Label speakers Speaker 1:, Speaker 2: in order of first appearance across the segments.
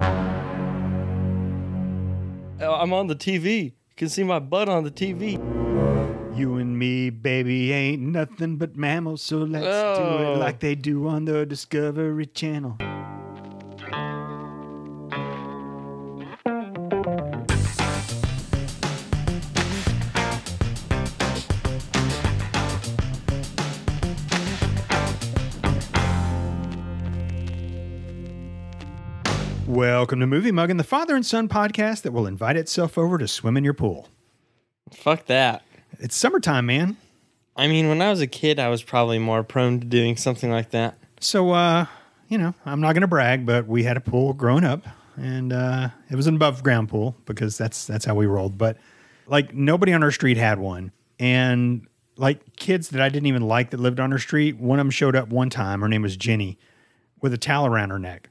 Speaker 1: Uh, I'm on the TV. You can see my butt on the TV.
Speaker 2: You and me, baby, ain't nothing but mammals, so let's do
Speaker 1: Oh.
Speaker 2: it like they do on the Discovery Channel. Welcome to Movie Muggin, the father and son podcast that will invite itself over to swim in your pool.
Speaker 1: Fuck that.
Speaker 2: It's summertime, man.
Speaker 1: I mean, when I was a kid, I was probably more prone to doing something like that.
Speaker 2: So, uh, you know, I'm not going to brag, but we had a pool growing up, and uh, it was an above ground pool because that's that's how we rolled. But like nobody on our street had one, and like kids that I didn't even like that lived on our street, one of them showed up one time. Her name was Jenny, with a towel around her neck.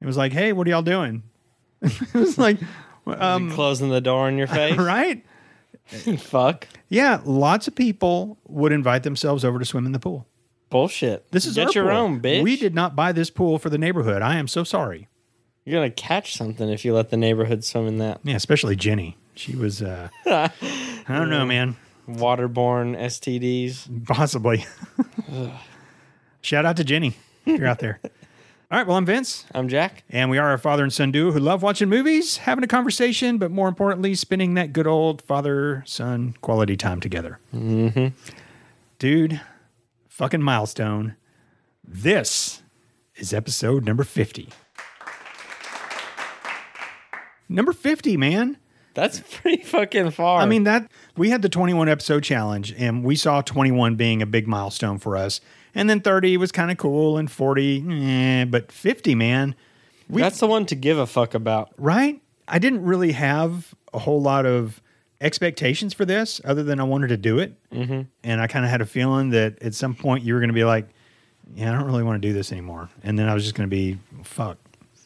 Speaker 2: It was like, hey, what are y'all doing? it was like, um,
Speaker 1: Closing the door in your face.
Speaker 2: right?
Speaker 1: Fuck.
Speaker 2: Yeah, lots of people would invite themselves over to swim in the pool.
Speaker 1: Bullshit.
Speaker 2: This is
Speaker 1: Get
Speaker 2: our
Speaker 1: your
Speaker 2: pool.
Speaker 1: own, bitch.
Speaker 2: We did not buy this pool for the neighborhood. I am so sorry.
Speaker 1: You're gonna catch something if you let the neighborhood swim in that
Speaker 2: Yeah, especially Jenny. She was uh I don't know, man.
Speaker 1: waterborne STDs.
Speaker 2: Possibly. Shout out to Jenny. If you're out there. All right, well, I'm Vince,
Speaker 1: I'm Jack.
Speaker 2: and we are a father and son duo who love watching movies, having a conversation, but more importantly, spending that good old father son quality time together. Mm-hmm. Dude, fucking milestone. This is episode number 50. number 50, man.
Speaker 1: That's pretty fucking far.
Speaker 2: I mean that we had the 21 episode challenge and we saw 21 being a big milestone for us. And then 30 was kind of cool and 40, eh, but 50, man. We
Speaker 1: that's the one to give a fuck about.
Speaker 2: right? I didn't really have a whole lot of expectations for this other than I wanted to do it. Mm-hmm. And I kind of had a feeling that at some point you were going to be like, yeah, I don't really want to do this anymore. And then I was just going to be fuck.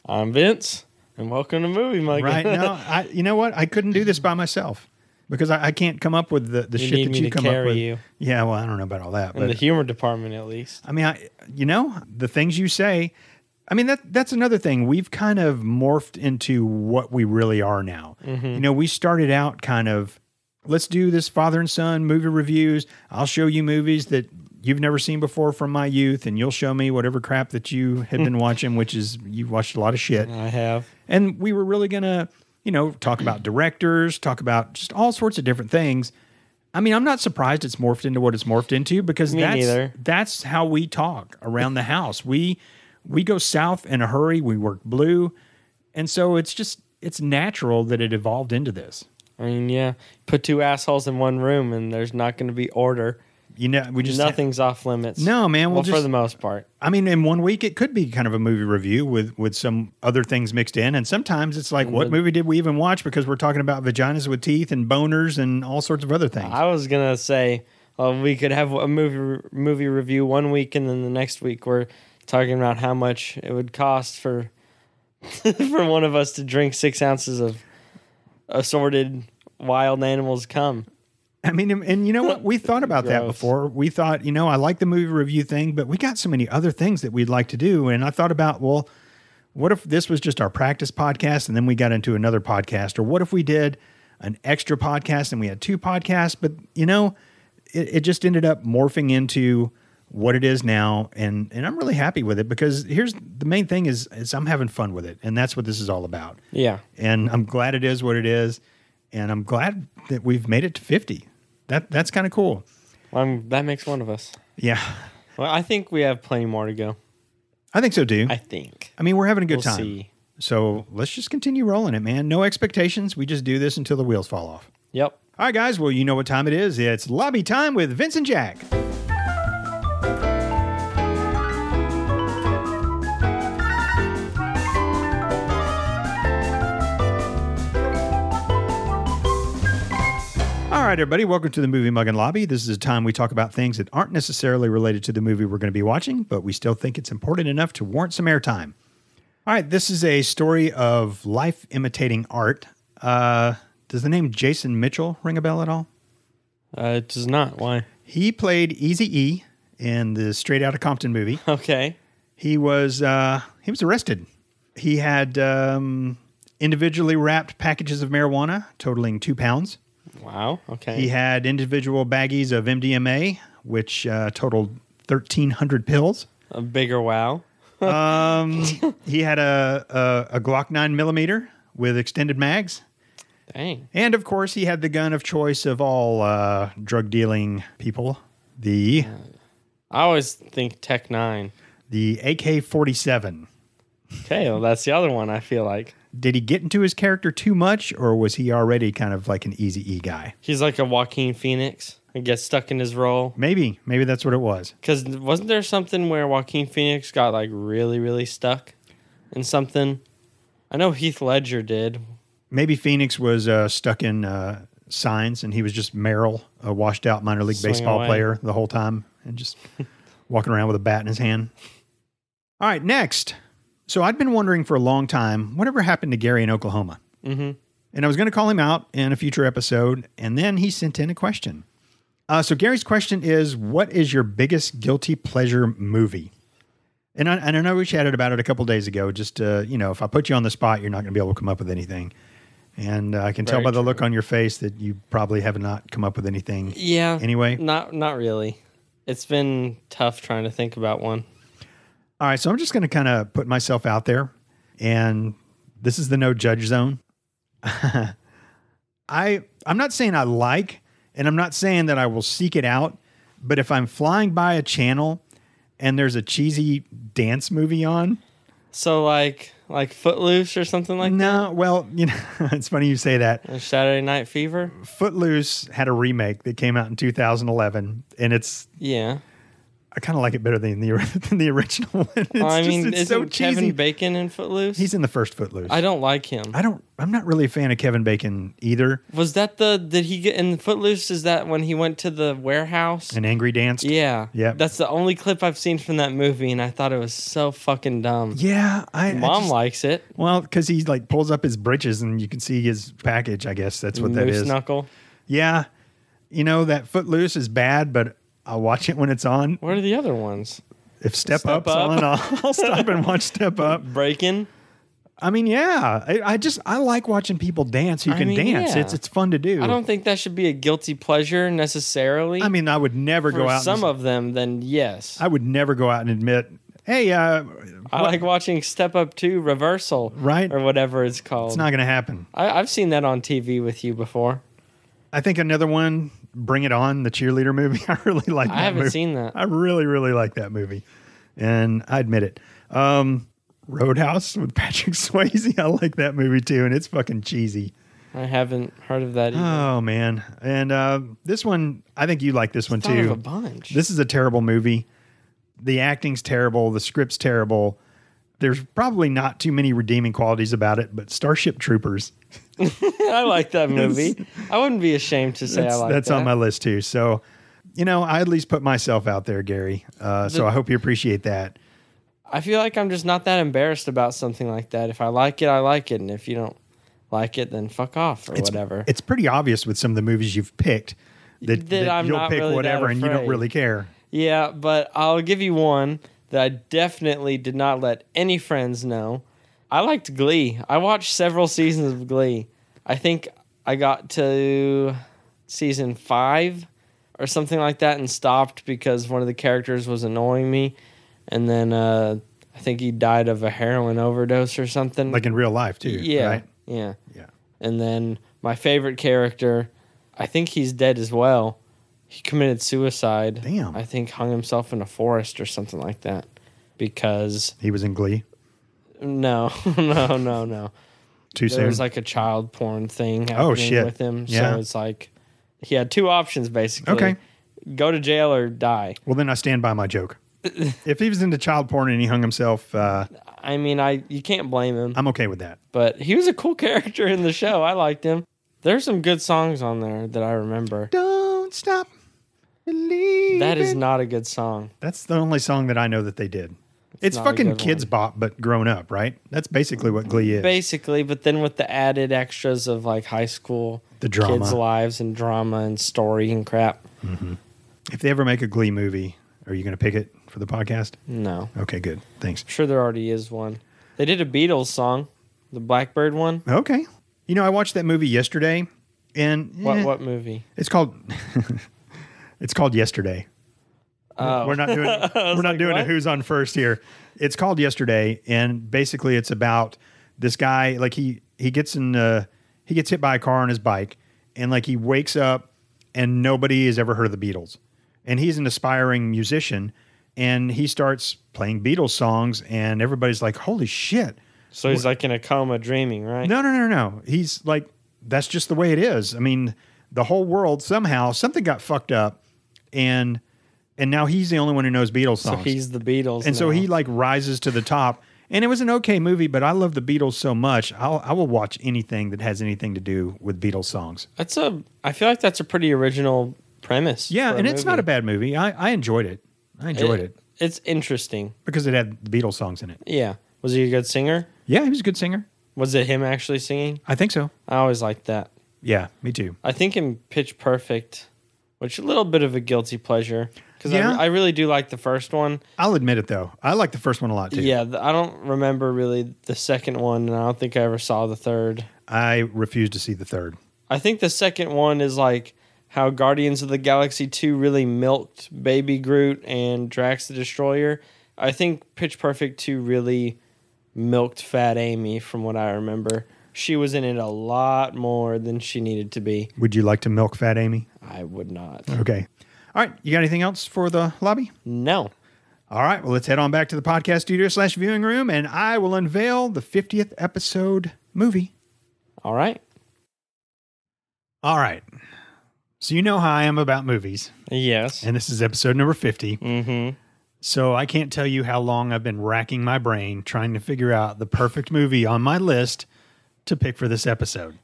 Speaker 1: I'm Vince, and welcome to Movie Mug.
Speaker 2: Right now, I you know what? I couldn't do this by myself because I, I can't come up with the, the
Speaker 1: You
Speaker 2: shit
Speaker 1: need
Speaker 2: that
Speaker 1: me
Speaker 2: you
Speaker 1: to
Speaker 2: come
Speaker 1: carry
Speaker 2: up with.
Speaker 1: you.
Speaker 2: Yeah, well, I don't know about all that,
Speaker 1: in the
Speaker 2: but
Speaker 1: humor department, at least.
Speaker 2: I mean, I you know the things you say. I mean that that's another thing we've kind of morphed into what we really are now.
Speaker 1: Mm-hmm.
Speaker 2: You know, we started out kind of let's do this father and son movie reviews. I'll show you movies that you've never seen before from my youth, and you'll show me whatever crap that you have been watching, which is you've watched a lot of shit.
Speaker 1: I have.
Speaker 2: And we were really going to, you know, talk about directors, talk about just all sorts of different things. I mean, I'm not surprised it's morphed into what it's morphed into because
Speaker 1: Me
Speaker 2: that's
Speaker 1: neither.
Speaker 2: that's how we talk around the house. We we go south in a hurry, we work blue. And so it's just it's natural that it evolved into this.
Speaker 1: I mean, yeah. Put two assholes in one room, and there's not going to be order.
Speaker 2: You know, we just
Speaker 1: Nothing's off limits.
Speaker 2: No, man,
Speaker 1: Well,
Speaker 2: we'll
Speaker 1: for
Speaker 2: just-
Speaker 1: the most part,
Speaker 2: I mean, in one week it could be kind of a movie review with with some other things mixed in, and sometimes it's like,
Speaker 1: Mm-hmm.
Speaker 2: what movie did we even watch? Because we're talking about vaginas with teeth and boners and all sorts of other things.
Speaker 1: I was gonna say well, we could have a movie movie review one week, and then the next week we're talking about how much it would cost for for one of us to drink six ounces of assorted wild animals cum.
Speaker 2: I mean, and- and you know what? We thought about that
Speaker 1: Gross.
Speaker 2: before. We thought, you know, I like the movie review thing, but we got so many other things that we'd like to do. And I thought about, well, what if this was just our practice podcast and then we got into another podcast? Or what if we did an extra podcast and we had two podcasts? But, you know, it, it just ended up morphing into what it is now. And, and I'm really happy with it because here's the main thing is, is I'm having fun with it. And that's what this is all about.
Speaker 1: Yeah,
Speaker 2: and I'm glad it is what it is, and I'm glad that we've made it to 50. That that's kind of cool.
Speaker 1: um, that makes one of us.
Speaker 2: Yeah,
Speaker 1: Well, I think we have plenty more to go.
Speaker 2: I think so too.
Speaker 1: I
Speaker 2: I,
Speaker 1: think
Speaker 2: mean, we're having a good
Speaker 1: we'll
Speaker 2: time.
Speaker 1: see.
Speaker 2: So let's just continue rolling it, man. No expectations. We just do this until the wheels fall off.
Speaker 1: Yep.
Speaker 2: All right, guys. Well, you know what time it is. It's lobby time with Vince and Jack. All right, everybody, welcome to the Movie Mug and Lobby. This is a time we talk about things that aren't necessarily related to the movie we're going to be watching, but we still think it's important enough to warrant some airtime. All right, this is a story of life imitating art. Uh, does the name Jason Mitchell ring a bell at all?
Speaker 1: Uh, it does not. Why?
Speaker 2: He played Easy E in the Straight Outta Compton movie.
Speaker 1: Okay.
Speaker 2: He was uh, he was arrested. He had um, individually wrapped packages of marijuana totaling two pounds.
Speaker 1: Wow. Okay.
Speaker 2: He had individual baggies of MDMA, which uh, totaled 1,300 pills.
Speaker 1: A bigger wow.
Speaker 2: Um, he had a, a, a Glock 9 millimeter with extended mags.
Speaker 1: Dang.
Speaker 2: And of course, he had the gun of choice of all uh, drug dealing people the,
Speaker 1: I always think Tech Nine.
Speaker 2: the AK 47.
Speaker 1: Okay, well, that's the other one. I feel like
Speaker 2: Did he get into his character too much, or was he already kind of like an easy E guy?
Speaker 1: he's like a Joaquin Phoenix and gets stuck in his role.
Speaker 2: Maybe, maybe that's what it was.
Speaker 1: Because wasn't there something where Joaquin Phoenix got like really, really stuck in something? I know Heath Ledger did.
Speaker 2: Maybe Phoenix was uh, stuck in uh, signs and he was just Merrill, a washed out minor league
Speaker 1: Swing
Speaker 2: baseball
Speaker 1: away.
Speaker 2: player the whole time and just walking around with a bat in his hand. All right, next. So I'd been wondering for a long time whatever happened to Gary in Oklahoma?
Speaker 1: Mhm.
Speaker 2: And I was going to call him out in a future episode. And then he sent in a question. Uh, so Gary's question is What is your biggest guilty pleasure movie? And I, and I know we chatted about it a couple days ago. Just uh, you know, if I put you on the spot, you're not going to be able to come up with anything. And uh, I can tell
Speaker 1: Very
Speaker 2: by the look on your face that you probably have not come up with anything.
Speaker 1: Yeah.
Speaker 2: Anyway.
Speaker 1: not not really. It's been tough trying to think about one.
Speaker 2: All right, so I'm just going to kind of put myself out there, and this is the no judge zone. I I'm not saying I like, and I'm not saying that I will seek it out, but if I'm flying by a channel and there's a cheesy dance movie on,
Speaker 1: So like like Footloose or something like
Speaker 2: no, well, you know, it's funny you say that.
Speaker 1: that. Or Saturday Night Fever.
Speaker 2: Footloose had a remake that came out in 2011, and it's
Speaker 1: Yeah.
Speaker 2: I kind of like it better than the than the original one. It's
Speaker 1: I
Speaker 2: just-
Speaker 1: mean,
Speaker 2: it's
Speaker 1: isn't
Speaker 2: so cheesy.
Speaker 1: Kevin Bacon in Footloose?
Speaker 2: He's in the first Footloose.
Speaker 1: I don't like him.
Speaker 2: I don't. I'm not really a fan of Kevin Bacon either.
Speaker 1: Was that the did he get in Footloose? Is that when he went to the warehouse?
Speaker 2: An angry dance.
Speaker 1: Yeah.
Speaker 2: Yep.
Speaker 1: That's the only clip I've seen from that movie, and I thought it was so fucking dumb.
Speaker 2: Yeah, I I
Speaker 1: Mom
Speaker 2: just-
Speaker 1: likes it.
Speaker 2: well because he like pulls up his britches and you can see his package. I guess that's what that
Speaker 1: Moose
Speaker 2: is.
Speaker 1: knuckle.
Speaker 2: Yeah, you know that Footloose is bad, but I'll watch it when it's on.
Speaker 1: What are the other ones?
Speaker 2: If Step,
Speaker 1: Step
Speaker 2: Up's
Speaker 1: Up.
Speaker 2: on, I'll, I'll stop and watch Step Up.
Speaker 1: Breaking.
Speaker 2: I mean, yeah, I, I just I like watching people dance who
Speaker 1: I
Speaker 2: can
Speaker 1: mean,
Speaker 2: dance.
Speaker 1: yeah.
Speaker 2: It's it's fun to do.
Speaker 1: I don't think that should be a guilty pleasure necessarily.
Speaker 2: I mean, I would never
Speaker 1: for
Speaker 2: go out.
Speaker 1: some
Speaker 2: and,
Speaker 1: of them, then yes. I,
Speaker 2: I would never go out and admit, hey, uh,
Speaker 1: like watching Step Up Two Reversal,
Speaker 2: Right.
Speaker 1: or whatever it's called.
Speaker 2: it's not going to happen.
Speaker 1: I, I've seen that on TV with you before.
Speaker 2: I think another one, Bring It On, the cheerleader movie. I really like that
Speaker 1: I haven't
Speaker 2: movie.
Speaker 1: seen that.
Speaker 2: I really, really like that movie. And I admit it. Um, Roadhouse with Patrick Swayze. I like that movie too. And it's fucking cheesy.
Speaker 1: I haven't heard of that. Either.
Speaker 2: Oh, man. And uh, this one, I think you like this one
Speaker 1: Thought of a
Speaker 2: too.
Speaker 1: bunch.
Speaker 2: This is a terrible movie. The acting's terrible. The script's terrible. There's probably not too many redeeming qualities about it, but Starship Troopers.
Speaker 1: I like that movie. I wouldn't be ashamed to say
Speaker 2: that's,
Speaker 1: I like
Speaker 2: that's
Speaker 1: that.
Speaker 2: on my list too. So, you know, I at least put myself out there, Gary. Uh, so
Speaker 1: The-
Speaker 2: I hope you appreciate that.
Speaker 1: I feel like I'm just not that embarrassed about something like that. If I like it, I like it, and if you don't like it, then fuck off or
Speaker 2: It's,
Speaker 1: whatever.
Speaker 2: It's pretty obvious with some of the movies you've picked that,
Speaker 1: That
Speaker 2: that
Speaker 1: I'm
Speaker 2: you'll
Speaker 1: not
Speaker 2: pick
Speaker 1: really that
Speaker 2: whatever and you don't
Speaker 1: afraid.
Speaker 2: really care.
Speaker 1: yeah, but I'll give you one that I definitely did not let any friends know. I liked Glee. I watched several seasons of Glee. I think I got to season five or something like that and stopped because one of the characters was annoying me. And then uh, I think he died of a heroin overdose or something.
Speaker 2: Like in real life too.
Speaker 1: Yeah.
Speaker 2: Right?
Speaker 1: Yeah.
Speaker 2: Yeah.
Speaker 1: And then my favorite character, I think he's dead as well. He committed suicide.
Speaker 2: Damn.
Speaker 1: I think hung himself in a forest or something like that. Because
Speaker 2: He was in Glee
Speaker 1: no, no, no, no.
Speaker 2: too
Speaker 1: There
Speaker 2: soon.
Speaker 1: was like a child porn thing happening
Speaker 2: Oh, shit.
Speaker 1: with him.
Speaker 2: Yeah.
Speaker 1: So it's like he had two options basically.
Speaker 2: Okay.
Speaker 1: Go to jail or die.
Speaker 2: well, then I stand by my joke. if he was into child porn and he hung himself, uh,
Speaker 1: I mean, I you can't blame him,
Speaker 2: I'm okay with that.
Speaker 1: but he was a cool character in the show. I liked him. There's some good songs on there that I remember.
Speaker 2: Don't stop. believing.
Speaker 1: That is not a good song.
Speaker 2: That's the only song that I know that they did. It's,
Speaker 1: not a
Speaker 2: fucking
Speaker 1: good
Speaker 2: kids
Speaker 1: one.
Speaker 2: bop, but grown up, right? That's basically what Glee is.
Speaker 1: basically but then with the added extras of like high school
Speaker 2: The drama.
Speaker 1: kids lives and drama and story and crap
Speaker 2: if they ever make a Glee movie, are you going to pick it for the podcast?
Speaker 1: no i'm
Speaker 2: Okay, good. Thanks.
Speaker 1: sure there already is one they did a beatles song the Blackbird one.
Speaker 2: Okay. You know, I watched that movie yesterday, and
Speaker 1: What
Speaker 2: eh,
Speaker 1: what movie?
Speaker 2: it's called. it's called Yesterday.
Speaker 1: Oh,
Speaker 2: We're not doing we're not
Speaker 1: like,
Speaker 2: doing a
Speaker 1: what?
Speaker 2: who's on first here. It's called yesterday, and basically it's about this guy like he he gets in uh, he gets hit by a car on his bike, and like he wakes up and nobody has ever heard of the Beatles, and he's an aspiring musician, and he starts playing Beatles songs, and everybody's like, holy shit,
Speaker 1: so he's like in a coma dreaming, right?
Speaker 2: no, no, no, no. He's like, that's just the way it is. I mean, the whole world somehow something got fucked up, and and now he's the only one who knows Beatles
Speaker 1: So
Speaker 2: songs.
Speaker 1: he's the Beatles.
Speaker 2: and so
Speaker 1: now.
Speaker 2: he like rises to the top. And it was an okay movie, but I love the Beatles so much. I'll, I will watch anything that has anything to do with Beatles songs.
Speaker 1: That's a. I feel like that's a pretty original premise.
Speaker 2: Yeah,
Speaker 1: for
Speaker 2: and it's
Speaker 1: movie.
Speaker 2: not a bad movie. I, I enjoyed it. I enjoyed it,
Speaker 1: It's interesting.
Speaker 2: because it had the Beatles songs in it.
Speaker 1: Yeah. Was he a good singer?
Speaker 2: Yeah, he was a good singer.
Speaker 1: Was it him actually singing?
Speaker 2: I think so.
Speaker 1: I always liked that.
Speaker 2: Yeah, me too.
Speaker 1: I think in Pitch Perfect, which a little bit of a guilty pleasure because
Speaker 2: Yeah.
Speaker 1: I, I really do like the first one.
Speaker 2: I'll admit it though. I like the first one a lot too.
Speaker 1: Yeah, th- I don't remember really the second one, and I don't think I ever saw the third.
Speaker 2: I refuse to see the third.
Speaker 1: I think the second one is like how Guardians of the Galaxy 2 really milked Baby Groot and Drax the Destroyer. I think Pitch Perfect 2 really milked Fat Amy from what I remember. She was in it a lot more than she needed to be.
Speaker 2: Would you like to milk fat Amy?
Speaker 1: I would not.
Speaker 2: Okay. All right. You got anything else for the lobby?
Speaker 1: No.
Speaker 2: All right. Well, let's head on back to the podcast studio slash viewing room, and I will unveil the 50th episode movie.
Speaker 1: All right.
Speaker 2: All right. So, you know how I am about movies,
Speaker 1: Yes.
Speaker 2: and this is episode number 50.
Speaker 1: Mm-hmm.
Speaker 2: So, I can't tell you how long I've been racking my brain trying to figure out the perfect movie on my list to pick for this episode.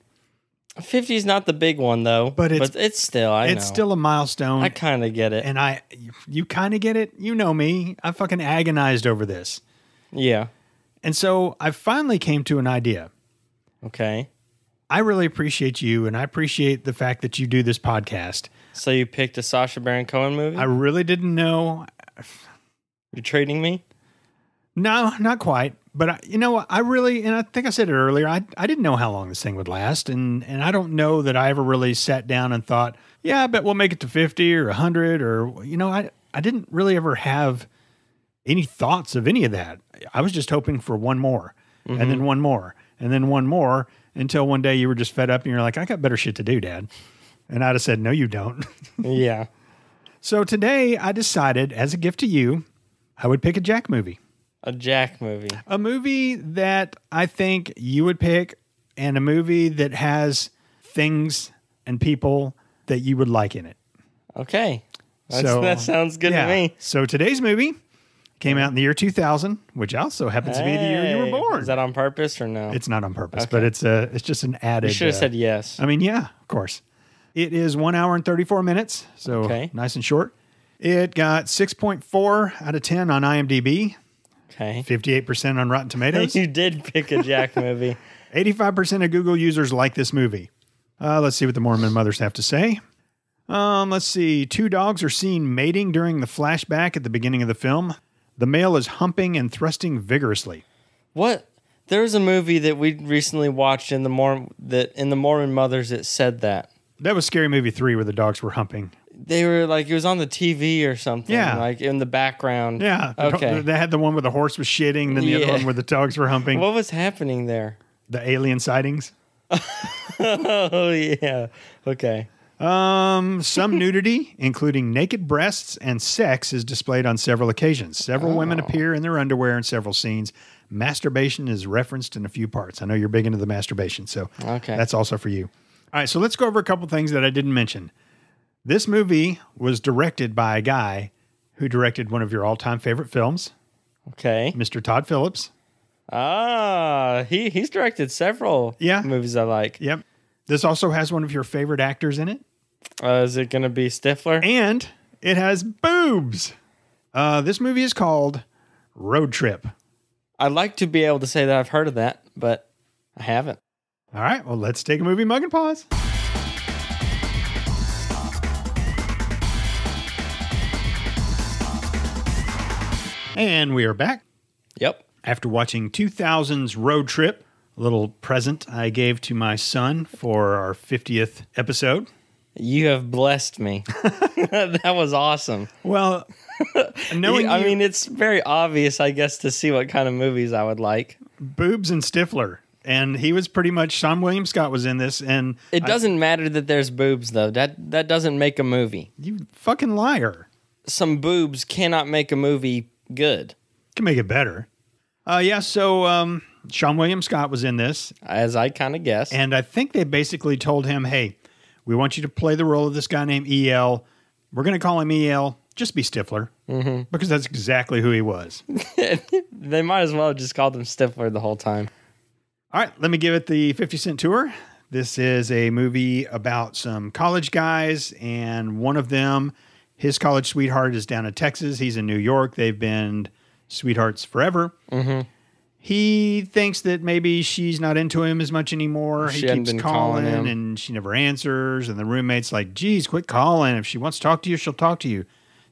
Speaker 1: 50 is not the big one though,
Speaker 2: But it's-
Speaker 1: still I
Speaker 2: it's
Speaker 1: know.
Speaker 2: still a milestone.
Speaker 1: I kind of get it.
Speaker 2: and I, you kind of get it. You know me. I fucking agonized over this.
Speaker 1: yeah.
Speaker 2: And so I finally came to an idea.
Speaker 1: Okay.
Speaker 2: I really appreciate you and I appreciate the fact that you do this podcast.
Speaker 1: So you picked a Sasha Baron Cohen movie?
Speaker 2: I really didn't know.
Speaker 1: You're trading me?
Speaker 2: No, not quite. But I, you know, I really and I think I said it earlier. I I didn't know how long this thing would last and and I don't know that I ever really sat down and thought, yeah, I bet we'll make it to 50 or 100 or you know, I I didn't really ever have any thoughts of any of that. I was just hoping for one more and then one more and then one more until one day you were just fed up and you're like, I got better shit to do, dad. And I'd have said, no, you don't.
Speaker 1: Yeah.
Speaker 2: so today I decided as a gift to you, I would pick a Jack movie.
Speaker 1: A Jack movie.
Speaker 2: A movie that I think you would pick and a movie that has things and people that you would like in it.
Speaker 1: Okay. That's,
Speaker 2: So-
Speaker 1: that sounds good
Speaker 2: Yeah.
Speaker 1: to me.
Speaker 2: So today's movie came out in the year 2000, which also happens to be the year you
Speaker 1: Hey,
Speaker 2: were born.
Speaker 1: Is that on purpose or no?
Speaker 2: it's not on purpose, but it's a it's just an added
Speaker 1: you should have
Speaker 2: uh,
Speaker 1: said yes.
Speaker 2: I mean, yeah, of course. It is one hour and 34 minutes, so
Speaker 1: Okay.
Speaker 2: nice and short. It got 6.4 out of 10 on IMDb,
Speaker 1: Okay.
Speaker 2: 58% on Rotten Tomatoes.
Speaker 1: You did pick a Jack movie.
Speaker 2: 85% of Google users like this movie. Uh, let's see what the Mormon mothers have to say. Um, let's see. Two dogs are seen mating during the flashback at the beginning of the film. The male is humping and thrusting vigorously.
Speaker 1: What? There was a movie that we recently watched in the Mormon that in the Mormon Mothers that said that
Speaker 2: That was Scary Movie 3 where the dogs were humping.
Speaker 1: they were like it was on the TV or something.
Speaker 2: Yeah.
Speaker 1: Like in the background.
Speaker 2: Yeah. the do-
Speaker 1: Okay.
Speaker 2: They had the one where the horse was shitting, then the other
Speaker 1: Yeah.
Speaker 2: one where the dogs were humping.
Speaker 1: What was happening there?
Speaker 2: the alien sightings.
Speaker 1: Oh yeah. Okay.
Speaker 2: Um, some nudity, including naked breasts and sex, is displayed on several occasions. Several women appear in their underwear in several scenes. Masturbation is referenced in a few parts. I know you're big into the masturbation, so
Speaker 1: Okay.
Speaker 2: that's also for you. All right, so let's go over a couple things that I didn't mention. This movie was directed by a guy who directed one of your all-time favorite films,
Speaker 1: Okay.
Speaker 2: Mr. Todd Phillips.
Speaker 1: Ah, he he's directed several
Speaker 2: Yeah.
Speaker 1: movies I like.
Speaker 2: Yep. This also has one of your favorite actors in it,
Speaker 1: Uh, is it gonna be Stifler?
Speaker 2: and it has boobs. Uh, this movie is called Road Trip.
Speaker 1: I'd like to be able to say that I've heard of that, but I haven't.
Speaker 2: All right, well, let's take a movie mug and pause. And we are back
Speaker 1: Yep.
Speaker 2: after watching 2000's Road Trip little present I gave to my son for our 50th episode.
Speaker 1: You have blessed me. that was awesome.
Speaker 2: Well, knowing
Speaker 1: I
Speaker 2: you-
Speaker 1: mean, it's very obvious, I guess, to see what kind of movies I would like.
Speaker 2: boobs and Stifler, and he was pretty much Sean William Scott was in this, and
Speaker 1: It
Speaker 2: I-
Speaker 1: doesn't matter that there's boobs, though. That that doesn't make a movie.
Speaker 2: you fucking liar
Speaker 1: Some boobs cannot make a movie good,
Speaker 2: can make it better. Uh, yeah, so um, Sean William Scott was in this,
Speaker 1: as I kind of guess.
Speaker 2: And I think they basically told him, hey, we want you to play the role of this guy named EL. We're going to call him EL. Just be Stifler. Mm-hmm. Because that's exactly who he was.
Speaker 1: they might as well have just called him Stifler the whole time.
Speaker 2: All right, let me give it the 50 Cent Tour. This is a movie about some college guys, and one of them, his college sweetheart, is down in Texas. He's in New York. They've been sweethearts forever.
Speaker 1: Mm-hmm.
Speaker 2: He thinks that maybe she's not into him as much anymore.
Speaker 1: She
Speaker 2: he
Speaker 1: hadn't
Speaker 2: keeps
Speaker 1: been
Speaker 2: calling,
Speaker 1: calling him.
Speaker 2: and she never answers. And the roommate's like, geez, quit calling. If she wants to talk to you, she'll talk to you.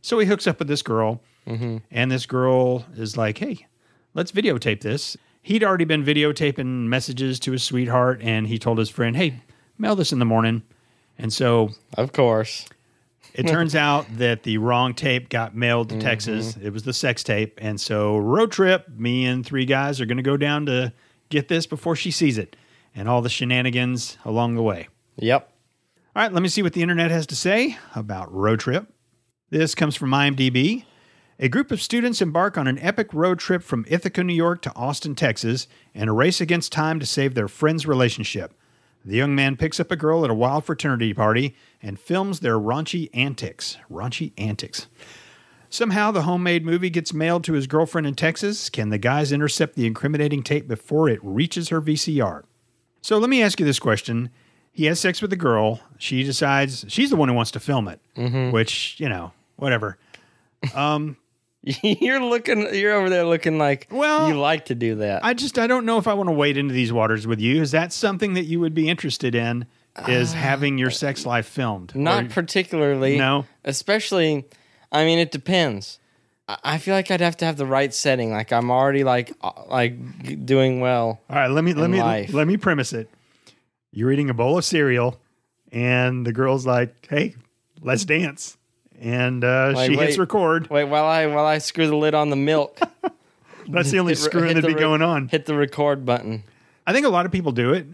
Speaker 2: So he hooks up with this girl,
Speaker 1: Mm-hmm.
Speaker 2: and this girl is like, hey, let's videotape this. He'd already been videotaping messages to his sweetheart, and he told his friend, hey, mail this in the morning. And so
Speaker 1: Of course.
Speaker 2: it turns out that the wrong tape got mailed to Texas. It was the sex tape. And so, road trip, me and three guys are going to go down to get this before she sees it and all the shenanigans along the way.
Speaker 1: Yep.
Speaker 2: All right, let me see what the internet has to say about Road Trip. This comes from IMDb. A group of students embark on an epic road trip from Ithaca, New York to Austin, Texas, in a race against time to save their friend's relationship. The young man picks up a girl at a wild fraternity party and films their raunchy antics. Raunchy antics. Somehow, the homemade movie gets mailed to his girlfriend in Texas. Can the guys intercept the incriminating tape before it reaches her VCR? So let me ask you this question. He has sex with a girl. She decides she's the one who wants to film it,
Speaker 1: Mm-hmm.
Speaker 2: which, you know, whatever.
Speaker 1: you're looking. You're over there looking like.
Speaker 2: Well,
Speaker 1: you like to do that.
Speaker 2: I just, I don't know if I want to wade into these waters with you. Is that something that you would be interested in? Is
Speaker 1: Uh,
Speaker 2: having your sex life filmed?
Speaker 1: Not particularly.
Speaker 2: No?
Speaker 1: Especially, I mean, it depends. I- I feel like I'd have to have the right setting. Like I'm already like uh, like g- doing well.
Speaker 2: All right, let me let
Speaker 1: in
Speaker 2: me
Speaker 1: life.
Speaker 2: let me premise it. You're eating a bowl of cereal, and the girl's like, "Hey, let's dance," and uh,
Speaker 1: Like,
Speaker 2: she hits
Speaker 1: wait.
Speaker 2: record.
Speaker 1: Wait, while I while I screw the lid on the milk,
Speaker 2: That's the only
Speaker 1: hit re-
Speaker 2: screwing
Speaker 1: hit
Speaker 2: that'd
Speaker 1: the
Speaker 2: be
Speaker 1: re-
Speaker 2: going on.
Speaker 1: hit the record button.
Speaker 2: I think a lot of people do it,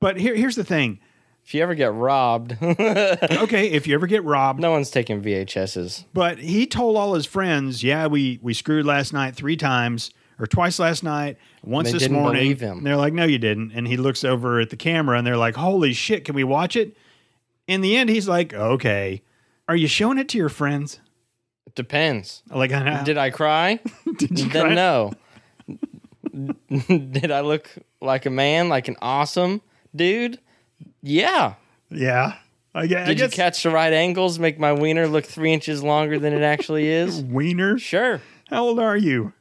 Speaker 2: but here here's the thing.
Speaker 1: If you ever get robbed,
Speaker 2: Okay, if you ever get robbed,
Speaker 1: no one's taking VHSs.
Speaker 2: but he told all his friends, "Yeah, we we screwed last night three times." Or twice last night, once
Speaker 1: They
Speaker 2: this
Speaker 1: didn't
Speaker 2: morning.
Speaker 1: believe him.
Speaker 2: And they're like, no, you didn't. And he looks over at the camera and they're like, holy shit, can we watch it? In the end, he's like, okay. Are you showing it to your friends?
Speaker 1: It depends.
Speaker 2: Like, I know.
Speaker 1: Did I cry?
Speaker 2: Did you
Speaker 1: then
Speaker 2: cry?
Speaker 1: no. Did I look like a man, like an awesome dude? Yeah.
Speaker 2: Yeah. I, gue- I
Speaker 1: Did you
Speaker 2: guess
Speaker 1: catch the right angles? Make my wiener look three inches longer than it actually is?
Speaker 2: wiener.
Speaker 1: Sure.
Speaker 2: How old are you?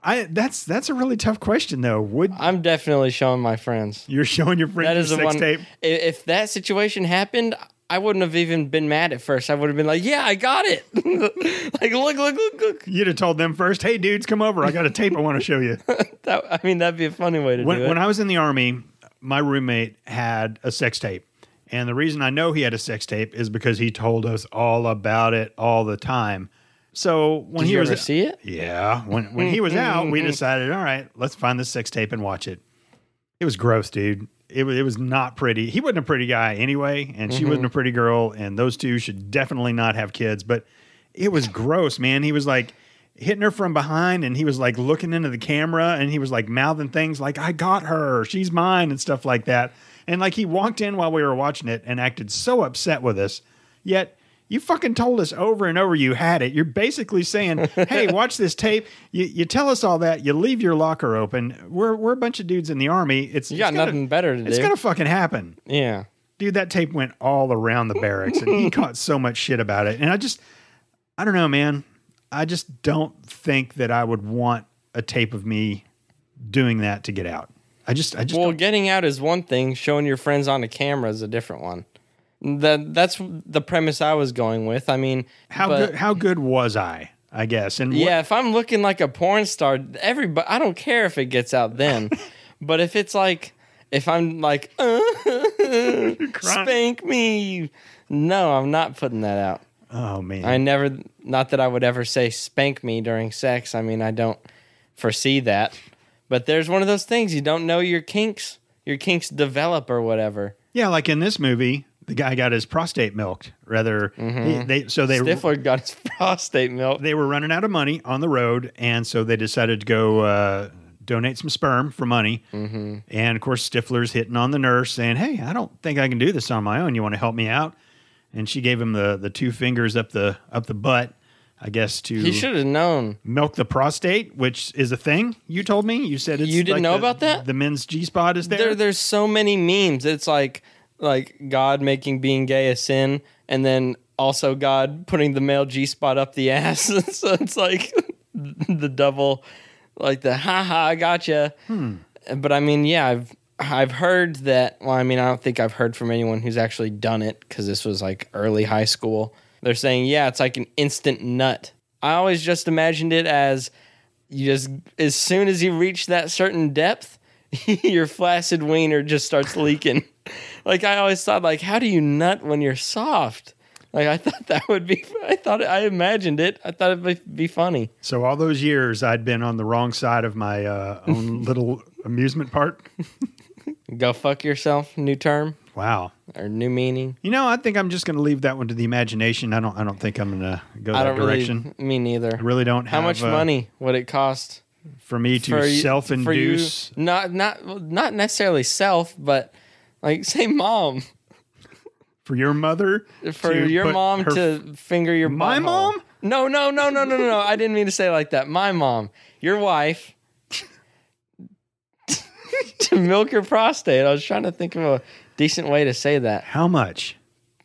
Speaker 2: I that's that's a really tough question though. Would
Speaker 1: I'm definitely showing my friends.
Speaker 2: you're showing your
Speaker 1: That
Speaker 2: friends
Speaker 1: is
Speaker 2: your
Speaker 1: the
Speaker 2: sex
Speaker 1: one.
Speaker 2: tape?
Speaker 1: i- If that situation happened, I wouldn't have even been mad at first. I would have been like, yeah, I got it. like, look, look, look, look.
Speaker 2: You'd have told them first, hey dudes, come over. I got a tape I want to show you.
Speaker 1: That, I mean, that'd be a funny way to
Speaker 2: when,
Speaker 1: do it.
Speaker 2: when I was in the army, my roommate had a sex tape. And the reason I know he had a sex tape is because he told us all about it all the time. So when
Speaker 1: Did
Speaker 2: he
Speaker 1: you
Speaker 2: was
Speaker 1: ever see it?
Speaker 2: Yeah, when when he was out, we decided, all right, let's find this sex tape and watch it. It was gross, dude. It was it was not pretty. He wasn't a pretty guy anyway, and she wasn't a pretty girl, and those two should definitely not have kids. But it was gross, man. He was like hitting her from behind, and he was like looking into the camera, and he was like mouthing things like "I got her, she's mine," and stuff like that. And like he walked in while we were watching it and acted so upset with us, yet you fucking told us over and over you had it. You're basically saying, "Hey, watch this tape." You, you tell us all that. You leave your locker open. We're we're a bunch of dudes in the army. It's
Speaker 1: You got
Speaker 2: it's gonna-
Speaker 1: nothing better to
Speaker 2: It's
Speaker 1: do.
Speaker 2: gonna fucking happen,
Speaker 1: Yeah.
Speaker 2: dude. That tape went all around the barracks, and he caught so much shit about it. And I just, I don't know, man. I just don't think that I would want a tape of me doing that to get out. I just, I just,
Speaker 1: Well,
Speaker 2: don't-
Speaker 1: getting out is one thing. Showing your friends on a camera is a different one. That that's the premise I was going with. I mean,
Speaker 2: how
Speaker 1: but-
Speaker 2: good, how good was I? I guess, and what-
Speaker 1: Yeah, if I'm looking like a porn star, everybody, I don't care if it gets out then. but if it's like if I'm like, spank me. No, I'm not putting that out.
Speaker 2: Oh man.
Speaker 1: I never, not that I would ever say spank me during sex. I mean, I don't foresee that. But there's one of those things you don't know your kinks, your kinks develop or whatever.
Speaker 2: yeah, like in this movie, the guy got his prostate milked. Rather, he- they so they
Speaker 1: Mm-hmm. Stifler got his prostate milk.
Speaker 2: they were running out of money on the road, and so they decided to go uh, donate some sperm for money. Mm-hmm. And of course, Stifler's hitting on the nurse, saying, "Hey, I don't think I can do this on my own. You want to help me out?" And she gave him the the two fingers up the up the butt, I guess to
Speaker 1: He should have known.
Speaker 2: milk the prostate, which is a thing. You told me. You said it's
Speaker 1: You didn't
Speaker 2: like
Speaker 1: know
Speaker 2: the-
Speaker 1: about that?
Speaker 2: The men's G spot is there.
Speaker 1: There, there's so many memes. It's like, like God making being gay a sin, and then also God putting the male G spot up the ass. so it's like the double, like the ha ha, gotcha. But I mean, yeah, I've I've heard that. Well, I mean, I don't think I've heard from anyone who's actually done it because this was like early high school. They're saying, yeah, it's like an instant nut. I always just imagined it as you just as soon as you reach that certain depth, your flaccid wiener just starts leaking. like I always thought, like how do you nut when you're soft? Like I thought that would be. I thought I imagined it. I thought it'd be, be funny.
Speaker 2: So all those years I'd been on the wrong side of my uh, own little amusement park.
Speaker 1: Go fuck yourself. New term
Speaker 2: Wow.
Speaker 1: or new meaning.
Speaker 2: You know, I think I'm just going to leave that one to the imagination. I don't. I don't think I'm going to go
Speaker 1: I
Speaker 2: that
Speaker 1: don't
Speaker 2: direction.
Speaker 1: really. Me neither.
Speaker 2: I really don't.
Speaker 1: How
Speaker 2: have,
Speaker 1: much
Speaker 2: uh,
Speaker 1: money would it cost
Speaker 2: for me to
Speaker 1: for you- for you-
Speaker 2: self-induce?
Speaker 1: Not not not necessarily self, but like say mom
Speaker 2: For, your mother?
Speaker 1: for
Speaker 2: to
Speaker 1: your
Speaker 2: put
Speaker 1: mom
Speaker 2: her-
Speaker 1: to finger your
Speaker 2: My
Speaker 1: butthole.
Speaker 2: mom?
Speaker 1: No, no, no, no, no, no, no. I didn't mean to say it like that. My mom, your wife, to milk your prostate. I was trying to think of a decent way to say that.
Speaker 2: How much?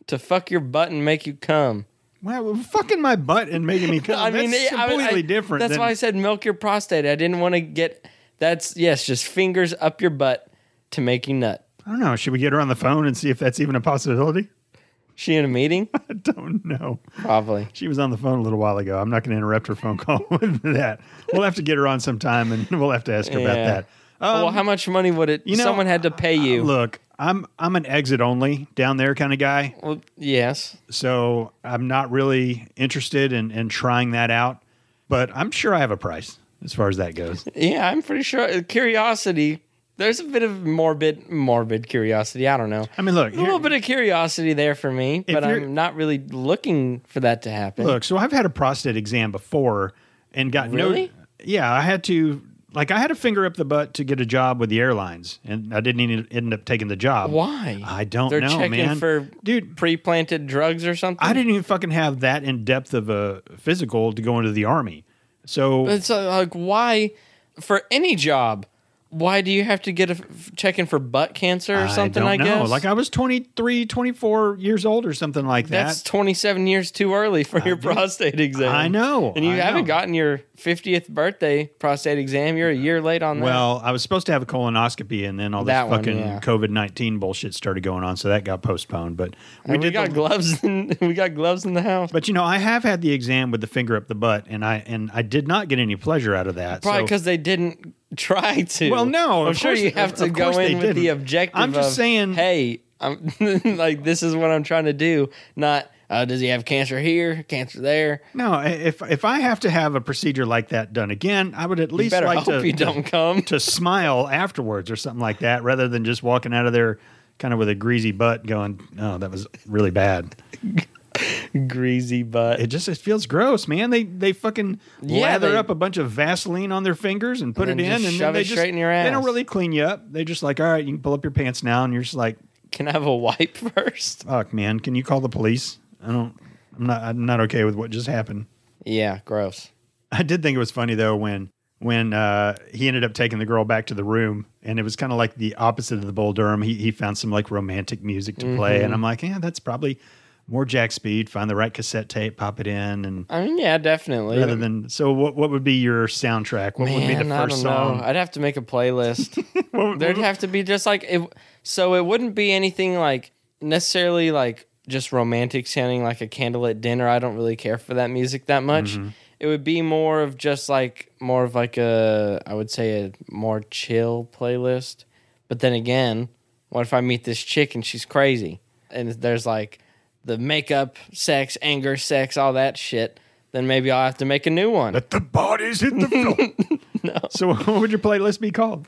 Speaker 1: To fuck your butt and make you come.
Speaker 2: Well, fucking my butt and making me. Come,
Speaker 1: I mean,
Speaker 2: that's
Speaker 1: it- I-
Speaker 2: completely
Speaker 1: I-
Speaker 2: different.
Speaker 1: That's
Speaker 2: than-
Speaker 1: why I said milk your prostate. I didn't want to get. That's yes, just fingers up your butt to make you nut.
Speaker 2: I don't know. Should we get her on the phone and see if that's even a possibility?
Speaker 1: She in a meeting,
Speaker 2: I don't know.
Speaker 1: probably.
Speaker 2: She was on the phone a little while ago. I'm not going to interrupt her phone call with that. We'll have to get her on sometime, and we'll have to ask her about
Speaker 1: Yeah.
Speaker 2: that.
Speaker 1: Oh, well, how much money would it?
Speaker 2: Um, know,
Speaker 1: someone had to pay you.
Speaker 2: Look, I'm I'm an exit only down there kind of guy,
Speaker 1: well, yes.
Speaker 2: so I'm not really interested in in trying that out. But I'm sure I have a price as far as that goes.
Speaker 1: Yeah, I'm pretty sure. uh, Curiosity. There's a bit of morbid, morbid curiosity. I don't know.
Speaker 2: I mean, look,
Speaker 1: a little
Speaker 2: here-
Speaker 1: bit of curiosity there for me, but
Speaker 2: you're-
Speaker 1: I'm not really looking for that to happen.
Speaker 2: Look, so I've had a prostate exam before and got
Speaker 1: Really?
Speaker 2: no. Yeah, I had to like I had a finger up the butt to get a job with the airlines, and I didn't even end up taking the job.
Speaker 1: Why?
Speaker 2: I don't
Speaker 1: They're
Speaker 2: know,
Speaker 1: checking
Speaker 2: man.
Speaker 1: for Hmm.
Speaker 2: Dude.
Speaker 1: pre-planted drugs or something.
Speaker 2: I didn't even fucking have that in depth of a physical to go into the army. So
Speaker 1: It's uh, like why for any job? Why do you have to get a f- checking for butt cancer or something?
Speaker 2: I
Speaker 1: I,
Speaker 2: don't know.
Speaker 1: guess
Speaker 2: Like I was 23, 24 years old or something like
Speaker 1: that's
Speaker 2: that.
Speaker 1: 27 years too early for your prostate exam.
Speaker 2: I know,
Speaker 1: and you
Speaker 2: I
Speaker 1: haven't
Speaker 2: know.
Speaker 1: gotten your 50th birthday prostate exam. You're a year late on that.
Speaker 2: Well, I was supposed to have a colonoscopy, and then all this
Speaker 1: That one,
Speaker 2: fucking
Speaker 1: yeah.
Speaker 2: COVID nineteen bullshit started going on, so that got postponed. But we
Speaker 1: And we,
Speaker 2: did
Speaker 1: got
Speaker 2: the-
Speaker 1: gloves. In, we got gloves in the house.
Speaker 2: But you know, I have had the exam with the finger up the butt, and I and I did not get any pleasure out of that.
Speaker 1: Probably
Speaker 2: so-
Speaker 1: because they didn't try to.
Speaker 2: Well, no,
Speaker 1: I'm
Speaker 2: of
Speaker 1: sure
Speaker 2: course-
Speaker 1: you have
Speaker 2: of-
Speaker 1: to
Speaker 2: of
Speaker 1: go
Speaker 2: course they
Speaker 1: in with the
Speaker 2: didn't.
Speaker 1: objective.
Speaker 2: I'm just
Speaker 1: of,
Speaker 2: saying-
Speaker 1: hey, I'm like this is what I'm trying to do. Not uh, does he have cancer here, cancer there?
Speaker 2: no, i- if if I have to have a procedure like that done again, I would at
Speaker 1: You
Speaker 2: least
Speaker 1: better
Speaker 2: like
Speaker 1: hope
Speaker 2: to
Speaker 1: you don't come.
Speaker 2: to smile afterwards or something like that, rather than just walking out of there kind of with a greasy butt, going, "Oh, that was really bad."
Speaker 1: Greasy butt.
Speaker 2: It just it feels gross, man. They they fucking
Speaker 1: Yeah,
Speaker 2: lather
Speaker 1: they-
Speaker 2: up a bunch of Vaseline on their fingers and put
Speaker 1: And
Speaker 2: it
Speaker 1: then
Speaker 2: in,
Speaker 1: just
Speaker 2: and then
Speaker 1: shove
Speaker 2: they
Speaker 1: it
Speaker 2: just
Speaker 1: straight in your
Speaker 2: they don't
Speaker 1: ass.
Speaker 2: really clean you up. They just like, all right, you can pull up your pants now, and you're just like,
Speaker 1: Can I have a wipe first?
Speaker 2: fuck, man, can you call the police? I don't, I'm not, I'm not okay with what just happened.
Speaker 1: Yeah, gross.
Speaker 2: I did think it was funny though when when uh, he ended up taking the girl back to the room, and it was kind of like the opposite of the Bull Durham. He he found some like romantic music to play,
Speaker 1: Mm-hmm.
Speaker 2: and I'm like, yeah, that's probably more Jack Speed. Find the right cassette tape, pop it in, and
Speaker 1: I mean, yeah, definitely.
Speaker 2: rather than so, what what would be your soundtrack? What would be the
Speaker 1: Man, I
Speaker 2: first
Speaker 1: don't
Speaker 2: song?
Speaker 1: know. I'd have to make a playlist.
Speaker 2: What would-
Speaker 1: There'd have to be just like it. So it wouldn't be anything like necessarily like just romantic sounding like a candlelit dinner. I don't really care for that music that much.
Speaker 2: Mm-hmm.
Speaker 1: It would be more of just like more of like a I would say a more chill playlist. But But then again, what if I meet this chick and she's crazy? And there's like the makeup, sex, anger, sex, all that shit. Then maybe I'll have to make a new one.
Speaker 2: Let the bodies hit the floor. So what would your playlist be called?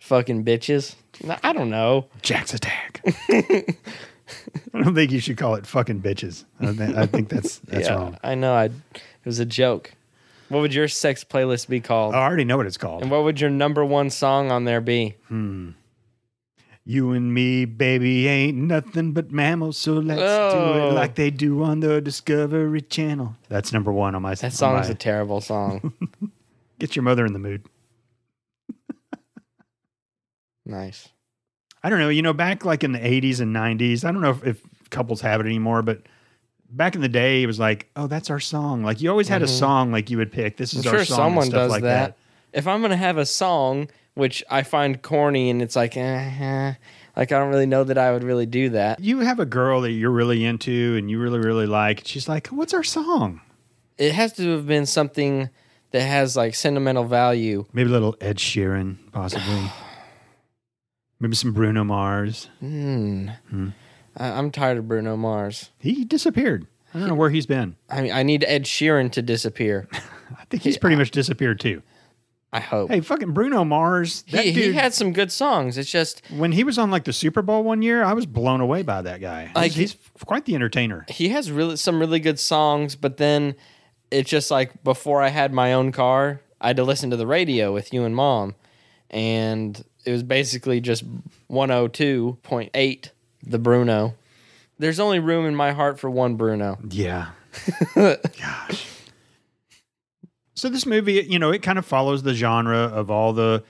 Speaker 1: Fucking bitches. No, I don't know.
Speaker 2: Jack's Attack. I don't think you should call it fucking bitches. I, thi- I think that's that's
Speaker 1: Yeah,
Speaker 2: wrong.
Speaker 1: I know. I, it was a joke. What would your sex playlist be called?
Speaker 2: I already know what it's called.
Speaker 1: and what would your number one song on there be?
Speaker 2: Hmm. You and me, baby, ain't nothing but mammals, so let's do
Speaker 1: Oh.
Speaker 2: it like they do on the Discovery Channel. That's number one on my.
Speaker 1: That
Speaker 2: on
Speaker 1: song's
Speaker 2: my-
Speaker 1: a terrible song.
Speaker 2: Get your mother in the mood.
Speaker 1: nice.
Speaker 2: I don't know. You know, back like in the '80s and '90s, I don't know if, if couples have it anymore, but back in the day, it was like, oh, that's our song. Like you always had a song, like you would pick. This
Speaker 1: Mm-hmm. I'm
Speaker 2: is
Speaker 1: sure
Speaker 2: our song.
Speaker 1: someone
Speaker 2: and stuff
Speaker 1: does
Speaker 2: like that.
Speaker 1: that. If I'm gonna have a song which I find corny and it's like, eh, eh, like I don't really know that I would really do that.
Speaker 2: You have a girl that you're really into and you really really like. and She's like, what's our song?
Speaker 1: It has to have been something that has like sentimental value.
Speaker 2: Maybe a little Ed Sheeran, possibly. Maybe some Bruno Mars.
Speaker 1: Hmm. I, I'm tired of Bruno Mars.
Speaker 2: He disappeared. I don't know where he's been.
Speaker 1: I mean, I need Ed Sheeran to disappear.
Speaker 2: I think he's pretty much disappeared too.
Speaker 1: I hope.
Speaker 2: Hey, fucking Bruno Mars. That
Speaker 1: he,
Speaker 2: dude,
Speaker 1: he had some good songs. It's just
Speaker 2: when he was on like the Super Bowl one year, I was blown away by that guy.
Speaker 1: Like-
Speaker 2: he's, he's quite the entertainer.
Speaker 1: he has really some really good songs, but then it's just like before I had my own car, I had to listen to the radio with you and mom, and it was basically just 102.8 the Bruno. There's only room in my heart for one Bruno.
Speaker 2: Yeah. Gosh. So this movie, you know, it kind of follows the genre of all the.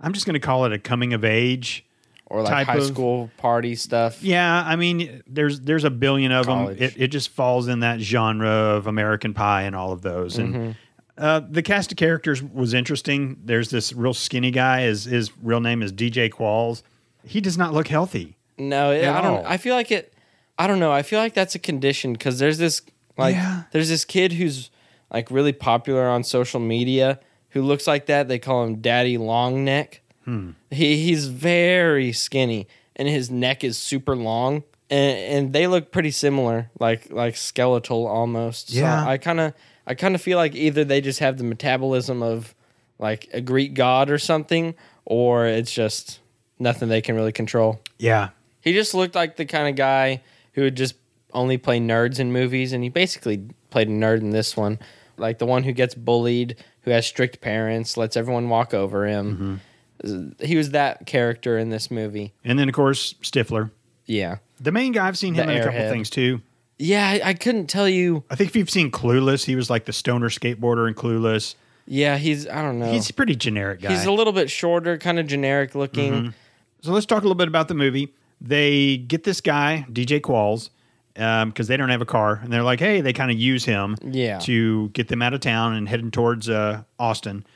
Speaker 2: I'm just going to call it a coming of age.
Speaker 1: Or like
Speaker 2: Type
Speaker 1: high
Speaker 2: of-
Speaker 1: school party stuff.
Speaker 2: Yeah, I mean, there's there's a billion of
Speaker 1: College.
Speaker 2: them. It, it just falls in that genre of American Pie and all of those.
Speaker 1: Mm-hmm.
Speaker 2: And uh, the cast of characters was interesting. There's this real skinny guy. His his real name is DJ Qualls. He does not look healthy.
Speaker 1: No, it,
Speaker 2: At
Speaker 1: I don't.
Speaker 2: all.
Speaker 1: I feel like it. I don't know. I feel like that's a condition because there's this like
Speaker 2: Yeah.
Speaker 1: there's this kid who's like really popular on social media who looks like that. They call him Daddy Long Neck.
Speaker 2: Hmm.
Speaker 1: He he's very skinny and his neck is super long. And, and they look pretty similar, like like skeletal almost.
Speaker 2: Yeah.
Speaker 1: so I kind of I kind of feel like either they just have the metabolism of like a Greek god or something, or it's just nothing they can really control.
Speaker 2: Yeah,
Speaker 1: He just looked like the kind of guy who would just only play nerds in movies, and he basically played a nerd in this one, like the one who gets bullied, who has strict parents, lets everyone walk over him.
Speaker 2: Mm-hmm.
Speaker 1: He was that character in this movie.
Speaker 2: and then of course Stifler,
Speaker 1: Yeah,
Speaker 2: the main guy. I've seen him
Speaker 1: The
Speaker 2: in a couple
Speaker 1: airhead.
Speaker 2: things too.
Speaker 1: yeah. I, I couldn't tell you.
Speaker 2: I think if you've seen Clueless, he was like the stoner skateboarder in Clueless.
Speaker 1: Yeah, he's. I don't know.
Speaker 2: He's
Speaker 1: Oh. He's,
Speaker 2: a pretty generic guy. Mm-hmm.
Speaker 1: a little bit shorter, kind of generic looking.
Speaker 2: So let's talk a little bit about the movie. They get this guy, DJ Qualls, because they don't have a car, and they're like, hey, they kind of use him
Speaker 1: Yeah.
Speaker 2: to get them out of town and heading towards uh, Austin.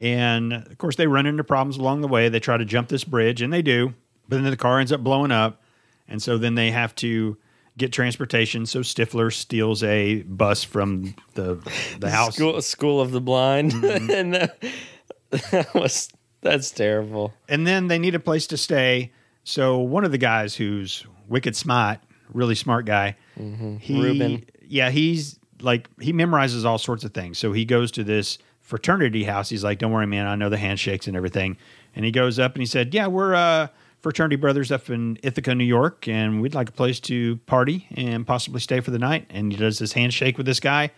Speaker 2: And of course, they run into problems along the way. They try to jump this bridge, and they do, but then the car ends up blowing up. And so then they have to get transportation. So Stifler steals a bus from the, the house. Mm-hmm.
Speaker 1: School, School of the Blind, and that, that was that's terrible.
Speaker 2: And then they need a place to stay. So one of the guys who's wicked smart, really smart guy, he,
Speaker 1: Reuben.
Speaker 2: Yeah, he's like he memorizes all sorts of things. So he goes to this fraternity house. He's like, "Don't worry, man. I know the handshakes and everything." And he goes up and he said, "Yeah, we're uh, fraternity brothers up in Ithaca, New York, and we'd like a place to party and possibly stay for the night." And he does this handshake with this guy,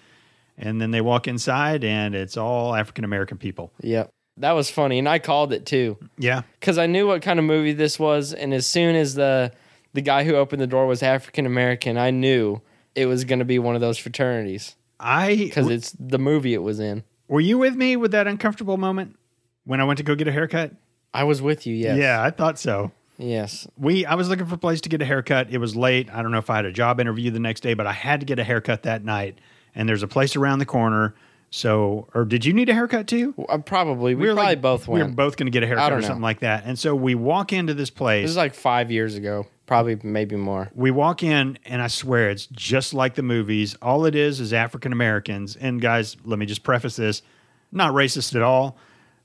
Speaker 2: and then they walk inside, and it's all African American people.
Speaker 1: Yep, that was funny, and I called it too.
Speaker 2: Yeah,
Speaker 1: because I knew what kind of movie this was, and as soon as the the guy who opened the door was African American, I knew it was going to be one of those fraternities
Speaker 2: I
Speaker 1: because it's the movie it was in.
Speaker 2: Were you with me with that uncomfortable moment when I went to go get a haircut?
Speaker 1: I was with you, yes,
Speaker 2: Yeah, I thought so.
Speaker 1: yes.
Speaker 2: We I was looking for a place to get a haircut. It was late. I don't know if I had a job interview the next day, but I had to get a haircut that night. And there's a place around the corner. So, or did you need a haircut too?
Speaker 1: Uh, probably we, probably
Speaker 2: like-
Speaker 1: both
Speaker 2: We were
Speaker 1: went.
Speaker 2: both going to get a haircut
Speaker 1: don't
Speaker 2: or
Speaker 1: know.
Speaker 2: something like that. And so we walk into this
Speaker 1: this
Speaker 2: place.
Speaker 1: is like five years ago, probably maybe more.
Speaker 2: we walk in, and I swear it's just like the movies. All it is is African Americans. And guys, let me just preface this not racist at all,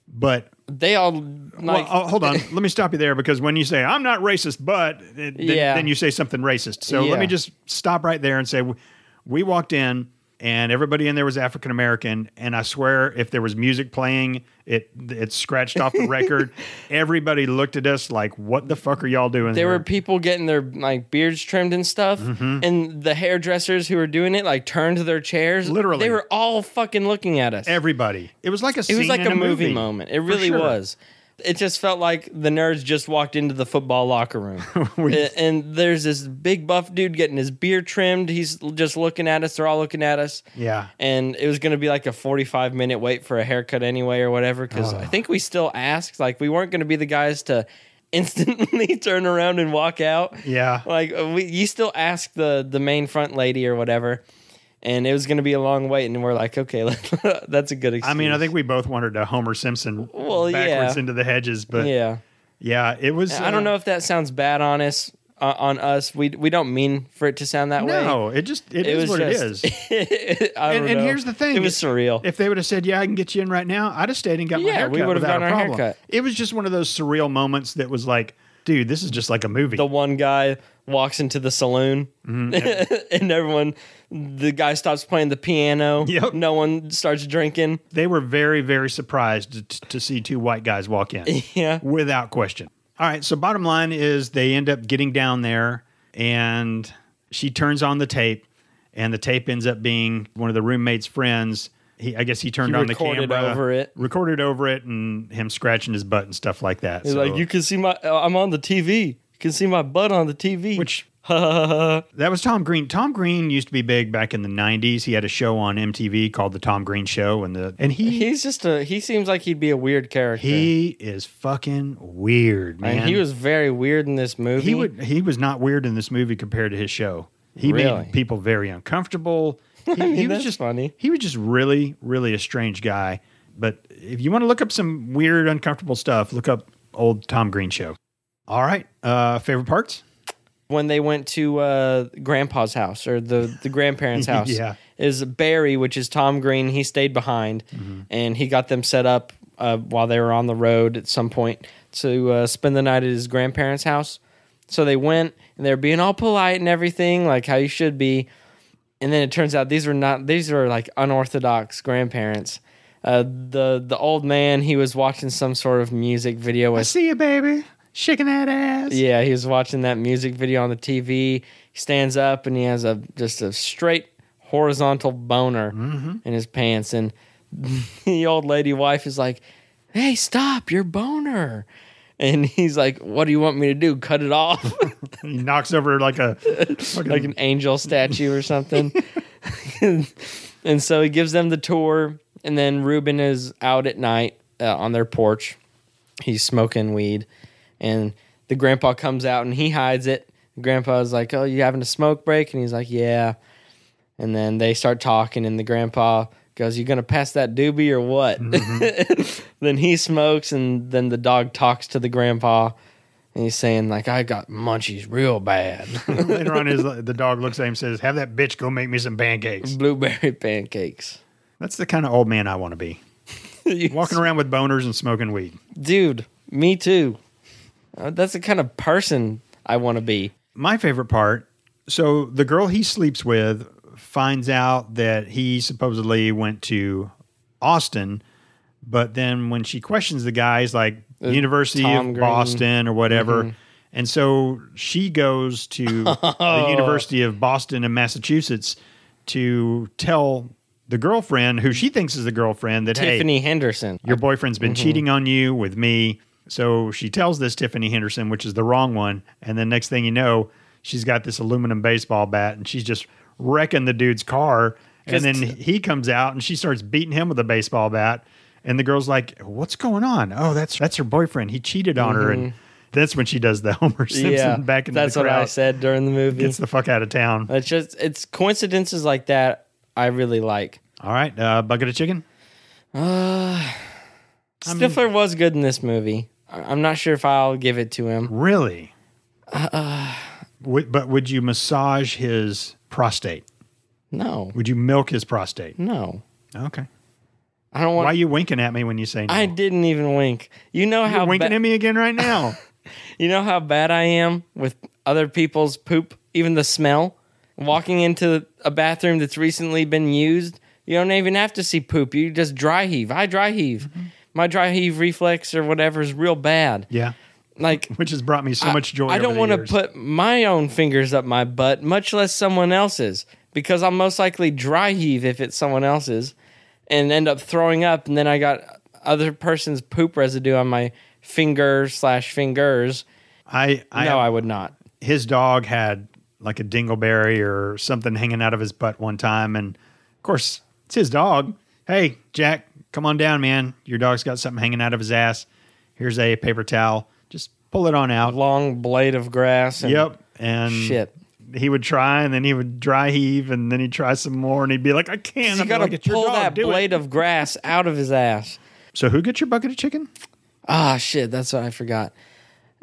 Speaker 2: but
Speaker 1: they all like
Speaker 2: well, oh, hold on. let me stop you there because when you say I'm not racist, but it, then,
Speaker 1: Yeah.
Speaker 2: then you say something racist. So
Speaker 1: Yeah.
Speaker 2: let me just stop right there and say w- we walked in and everybody in there was African American, and I swear if there was music playing, it it scratched off the record. Everybody looked at us like, "What the fuck are y'all doing?"
Speaker 1: there were
Speaker 2: here?"
Speaker 1: people getting their like beards trimmed and stuff,
Speaker 2: Mm-hmm.
Speaker 1: and the hairdressers who were doing it like turned their chairs.
Speaker 2: Literally.
Speaker 1: they were all fucking looking at us.
Speaker 2: everybody. It was like a
Speaker 1: it
Speaker 2: scene
Speaker 1: was like
Speaker 2: in
Speaker 1: a, movie,
Speaker 2: movie
Speaker 1: moment. It
Speaker 2: For
Speaker 1: really
Speaker 2: sure.
Speaker 1: was. It just felt like the nerds just walked into the football locker room. A- and there's this big buff dude getting his beard trimmed. He's l- just looking at us. They're all looking at us.
Speaker 2: Yeah.
Speaker 1: And it was going to be like a 45 minute wait for a haircut anyway or whatever. Cause
Speaker 2: Oh.
Speaker 1: I think we still asked. Like, we weren't going to be the guys to instantly turn around and walk out.
Speaker 2: Yeah.
Speaker 1: Like, uh, we, you still ask the, the main front lady or whatever. And it was going to be a long wait. And we're like, okay, that's a good excuse.
Speaker 2: I mean, I think we both wanted a Homer Simpson
Speaker 1: Well, yeah.
Speaker 2: backwards into the hedges, but yeah,
Speaker 1: Yeah.
Speaker 2: it was.
Speaker 1: I
Speaker 2: uh,
Speaker 1: don't know if that sounds bad on us. Uh, on us, we we don't mean for it to sound that way.
Speaker 2: No, it just it
Speaker 1: it was
Speaker 2: is what
Speaker 1: just,
Speaker 2: it is.
Speaker 1: I
Speaker 2: And,
Speaker 1: don't
Speaker 2: and
Speaker 1: know.
Speaker 2: here's the thing:
Speaker 1: It was surreal.
Speaker 2: If they would have said, "Yeah, I can get you in right now," I'd have stayed and got my
Speaker 1: Yeah,
Speaker 2: haircut.
Speaker 1: we would have
Speaker 2: without
Speaker 1: gotten
Speaker 2: a
Speaker 1: our
Speaker 2: problem.
Speaker 1: haircut.
Speaker 2: It was just one of those surreal moments that was like, "Dude, this is just like a movie."
Speaker 1: the one guy walks into the saloon
Speaker 2: Mm-hmm.
Speaker 1: and everyone, the guy stops playing the piano.
Speaker 2: Yep.
Speaker 1: No one starts drinking.
Speaker 2: they were very, very surprised to, to see two white guys walk in.
Speaker 1: Yeah.
Speaker 2: without question. All right. So bottom line is they end up getting down there, and she turns on the tape, and the tape ends up being one of the roommate's friends. He, I guess he turned
Speaker 1: He
Speaker 2: on the
Speaker 1: recorded
Speaker 2: camera,
Speaker 1: over it.
Speaker 2: recorded over it, and him scratching his butt and stuff like that.
Speaker 1: He's
Speaker 2: So-
Speaker 1: like, you can see my, uh, I'm on the TV. You can see my butt on the TV.
Speaker 2: Which that was Tom Green. Tom Green used to be big back in the '90s. He had a show on MTV called The Tom Green Show, and the and he
Speaker 1: he's just a, he seems like he'd be a weird character.
Speaker 2: he is fucking weird, man.
Speaker 1: and he was very weird in this movie.
Speaker 2: he would he was not weird in this movie compared to his show. He
Speaker 1: Really?
Speaker 2: made people very uncomfortable. He,
Speaker 1: mean,
Speaker 2: he was
Speaker 1: that's
Speaker 2: just
Speaker 1: funny.
Speaker 2: He was just really really a strange guy. But if you want to look up some weird uncomfortable stuff, look up old Tom Green show. All right, uh, favorite parts.
Speaker 1: when they went to uh, grandpa's house or the, the grandparents' house
Speaker 2: Yeah.
Speaker 1: is Barry, which is Tom Green. He stayed behind and he got them set up uh, while they were on the road at some point to uh, spend the night at his grandparents' house. So they went and they're being all polite and everything, like how you should be. And then it turns out these were not; these were like unorthodox grandparents. Uh, the the old man he was watching some sort of music video with
Speaker 2: See you, baby, shaking that ass.
Speaker 1: yeah, he was watching that music video on the TV. He stands up and he has a just a straight horizontal boner in his pants, and the old lady wife is like, "Hey, stop your boner!" And he's like, "What do you want me to do? Cut it off
Speaker 2: He knocks over like a
Speaker 1: like an angel statue or something?" and so he gives them the tour, and then Ruben is out at night uh, on their porch. He's smoking weed, and the grandpa comes out and he hides it. Grandpa's like, "Oh, you having a smoke break?" And he's like, "Yeah." And then they start talking, and the grandpa goes, "You gonna pass that doobie or what?" then he smokes, and then the dog talks to the grandpa, and he's saying like, "I got munchies real bad."
Speaker 2: later on. His the dog looks at him and says, "Have that bitch go make me some pancakes."
Speaker 1: Blueberry pancakes.
Speaker 2: That's the kind of old man I want to be, walking around with boners and smoking weed.
Speaker 1: dude me too Uh, that's the kind of person i want to be
Speaker 2: my favorite part so the girl he sleeps with finds out that he supposedly went to austin but then when she questions the guy he's like university
Speaker 1: Uh, Tom
Speaker 2: of
Speaker 1: Green. Mm-hmm.
Speaker 2: boston or whatever and so she goes to the university of boston in massachusetts to tell the girlfriend who she thinks is the girlfriend that hey
Speaker 1: tiffany henderson
Speaker 2: your boyfriend's
Speaker 1: Mm-hmm.
Speaker 2: been cheating on you with me. So she tells this Tiffany Henderson, which is the wrong one. And then next thing you know, she's got this aluminum baseball bat and she's just wrecking the dude's car. And then
Speaker 1: Just-
Speaker 2: he comes out and she starts beating him with a baseball bat. And the girl's like, "What's going on? Oh, that's that's her boyfriend. He cheated on her." And that's when she does the Homer Simpson
Speaker 1: Mm-hmm. yeah
Speaker 2: back into
Speaker 1: that's
Speaker 2: the
Speaker 1: what
Speaker 2: crowd,
Speaker 1: i said during the movie
Speaker 2: gets the fuck out of town.
Speaker 1: it's just it's coincidences like that i really like
Speaker 2: All right, uh, bucket of chicken.
Speaker 1: stifler was good in this movie I- i'm not sure if i'll give it to him
Speaker 2: Really?
Speaker 1: Uh,
Speaker 2: Would- but would you massage his prostate?
Speaker 1: no
Speaker 2: Would you milk his prostate?
Speaker 1: no
Speaker 2: Okay.
Speaker 1: I don't want.
Speaker 2: Why are you winking at me when you say no?
Speaker 1: I didn't even wink. You know
Speaker 2: You're
Speaker 1: how
Speaker 2: winking
Speaker 1: ba-
Speaker 2: at me again right now.
Speaker 1: you know how bad I am with other people's poop, even the smell. Walking into a bathroom that's recently been used, you don't even have to see poop. You just dry heave. I dry heave. My dry heave reflex or whatever is real bad.
Speaker 2: yeah,
Speaker 1: Like
Speaker 2: which has brought me so much joy.
Speaker 1: I don't
Speaker 2: want
Speaker 1: to put my own fingers up my butt, much less someone else's, because I'll most likely dry heave if it's someone else's, and end up throwing up, and then I got other person's poop residue on my finger slash fingers.
Speaker 2: I, I,
Speaker 1: no, I would not.
Speaker 2: his dog had like a dingleberry or something hanging out of his butt one time, and of course it's his dog. Hey, Jack, come on down, man. Your dog's got something hanging out of his ass. Here's a paper towel. Just pull it on out.
Speaker 1: Long blade of grass. And
Speaker 2: Yep. Mm. And
Speaker 1: Shit.
Speaker 2: he would try and then he would dry heave and then he'd try some more and he'd be like, I can't.
Speaker 1: You
Speaker 2: I'm
Speaker 1: gotta
Speaker 2: like, "It's your
Speaker 1: pull
Speaker 2: dog,
Speaker 1: that
Speaker 2: do it."
Speaker 1: blade of grass out of his ass.
Speaker 2: So who gets your bucket of chicken?
Speaker 1: Ah, shit, that's what I forgot.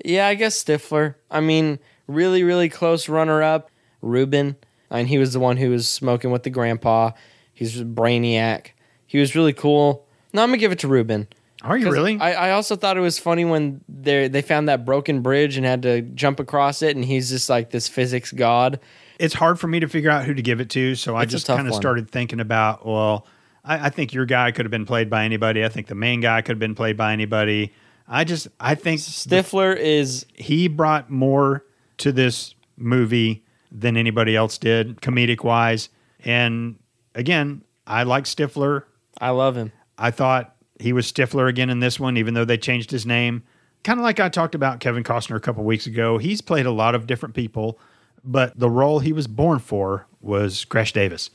Speaker 1: Yeah, I guess Stifler. I mean, really, really close runner up, Ruben. I mean, he was the one who was smoking with the grandpa. He's a brainiac. He was really cool. No, I'm gonna give it to Ruben.
Speaker 2: Are you
Speaker 1: 'Cause
Speaker 2: really?
Speaker 1: I, I also thought it was funny when they they found that broken bridge and had to jump across it, and he's just like this physics god.
Speaker 2: it's hard for me to figure out who to give it to. So I
Speaker 1: It's a
Speaker 2: just
Speaker 1: tough
Speaker 2: kind of
Speaker 1: one.
Speaker 2: started thinking about, well, I, I think your guy could have been played by anybody. I think the main guy could have been played by anybody. I just, I think
Speaker 1: Stifler is
Speaker 2: he brought more to this movie than anybody else did, comedic wise. And again, I like Stifler.
Speaker 1: I love him.
Speaker 2: I thought he was Stifler again in this one, even though they changed his name. Kind of like I talked about Kevin Costner a couple weeks ago. He's played a lot of different people, but the role he was born for was Crash Davis.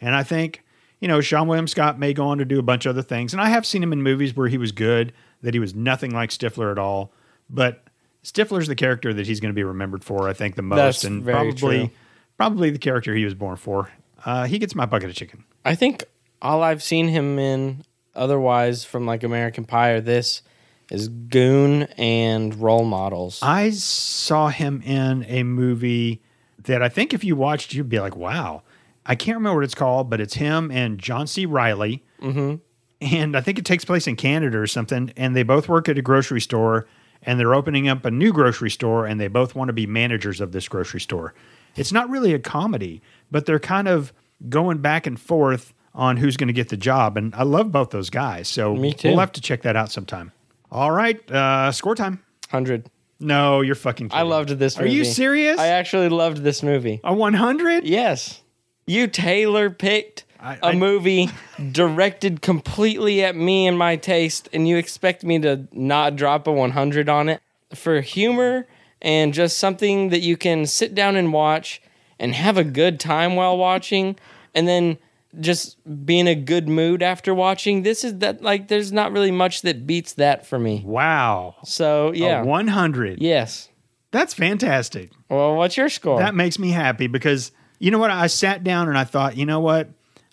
Speaker 2: And I think, you know, Sean William Scott may go on to do a bunch of other things. And I have seen him in movies where he was good, that he was nothing like Stifler at all. But Stifler's the character that he's going to be remembered for, I think, the most.
Speaker 1: That's
Speaker 2: and
Speaker 1: very
Speaker 2: probably
Speaker 1: true.
Speaker 2: probably the character he was born for. Uh, he gets my bucket of chicken.
Speaker 1: I think all I've seen him in otherwise from like American Pie or this is Goon and Role Models.
Speaker 2: I saw him in a movie that I think if you watched, you'd be like, wow. I can't remember what it's called, but it's him and John C. Riley. Mm-hmm. And I think it takes place in Canada or something. And they both work at a grocery store and they're opening up a new grocery store and they both want to be managers of this grocery store. It's not really a comedy, but they're kind of going back and forth on who's going to get the job. And I love both those guys. So
Speaker 1: Me too.
Speaker 2: we'll have to check that out sometime. All right, uh, score time.
Speaker 1: 100.
Speaker 2: No, you're fucking kidding.
Speaker 1: I loved this
Speaker 2: Are
Speaker 1: movie.
Speaker 2: you serious?
Speaker 1: I actually loved this movie.
Speaker 2: a 100?
Speaker 1: Yes. You Taylor picked
Speaker 2: I-
Speaker 1: a
Speaker 2: I-
Speaker 1: movie directed completely at me and my taste, and you expect me to not drop a 100 on it for humor and just something that you can sit down and watch and have a good time while watching, and then just be in a good mood after watching. This is that, like, there's not really much that beats that for me.
Speaker 2: Wow.
Speaker 1: So, yeah.
Speaker 2: A 100.
Speaker 1: yes.
Speaker 2: That's fantastic.
Speaker 1: Well, what's your score?
Speaker 2: That makes me happy because you know what? I sat down and I thought, you know what?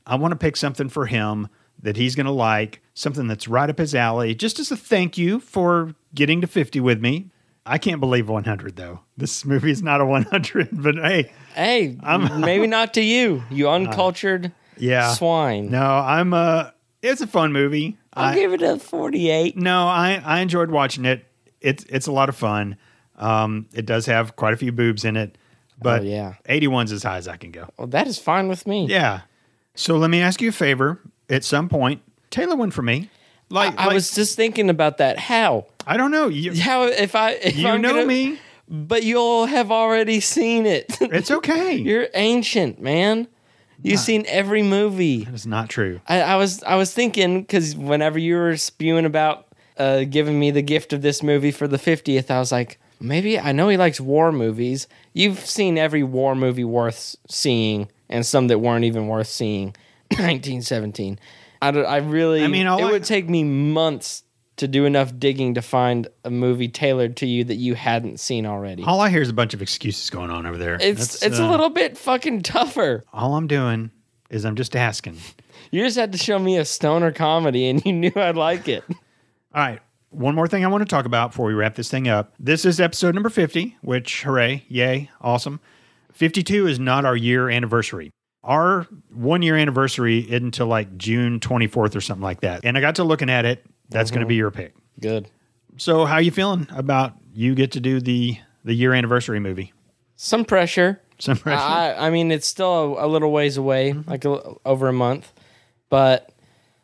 Speaker 2: I want to pick something for him that he's going to like, something that's right up his alley, just as a thank you for getting to 50 with me. I can't believe 100 though. This movie is not a 100, but hey,
Speaker 1: Hey, maybe not to you, you
Speaker 2: Uh,
Speaker 1: uncultured
Speaker 2: yeah.
Speaker 1: swine.
Speaker 2: No, I'm uh it's a fun movie.
Speaker 1: I'll
Speaker 2: I-
Speaker 1: give it a 48.
Speaker 2: No, I, I enjoyed watching it. It's it's a lot of fun. Um, it does have quite a few boobs in it, but
Speaker 1: Oh, yeah.
Speaker 2: 81's as high as I can go.
Speaker 1: Well, that is fine with me.
Speaker 2: Yeah. So let me ask you a favor. At some point, Taylor one for me. Like
Speaker 1: I was just thinking about that. How?
Speaker 2: I don't know. You,
Speaker 1: How if I if
Speaker 2: you
Speaker 1: I'm
Speaker 2: know
Speaker 1: gonna-
Speaker 2: me.
Speaker 1: but you'll have already seen it.
Speaker 2: It's okay.
Speaker 1: You're ancient, man. You've seen every movie.
Speaker 2: that is not true.
Speaker 1: I, I was I was thinking because whenever you were spewing about uh, giving me the gift of this movie for the fiftieth, I was like, maybe I know he likes war movies. You've seen every war movie worth s- seeing, and some that weren't even worth seeing. Nineteen seventeen. I, don't- I really.
Speaker 2: I mean, all
Speaker 1: it
Speaker 2: I-
Speaker 1: would take me months to do enough digging to find a movie tailored to you that you hadn't seen already.
Speaker 2: All I hear is a bunch of excuses going on over there.
Speaker 1: it's
Speaker 2: That's,
Speaker 1: it's a
Speaker 2: uh,
Speaker 1: little bit fucking tougher.
Speaker 2: All I'm doing is I'm just asking.
Speaker 1: You just had to show me a stoner comedy, and you knew I'd like it.
Speaker 2: All right. One more thing I want to talk about before we wrap this thing up. This is episode number 50, which, hooray, yay, awesome. 52 is not our year anniversary. our one year anniversary isn't until like June 24th or something like that. And I got to looking at it. That's
Speaker 1: Mhm.
Speaker 2: going to be your pick.
Speaker 1: Good.
Speaker 2: So how you feeling about you get to do the the year anniversary movie?
Speaker 1: Some pressure.
Speaker 2: Some pressure. Mm-hmm.
Speaker 1: I, I mean, it's still a, a little ways away, like a, l- over a month, but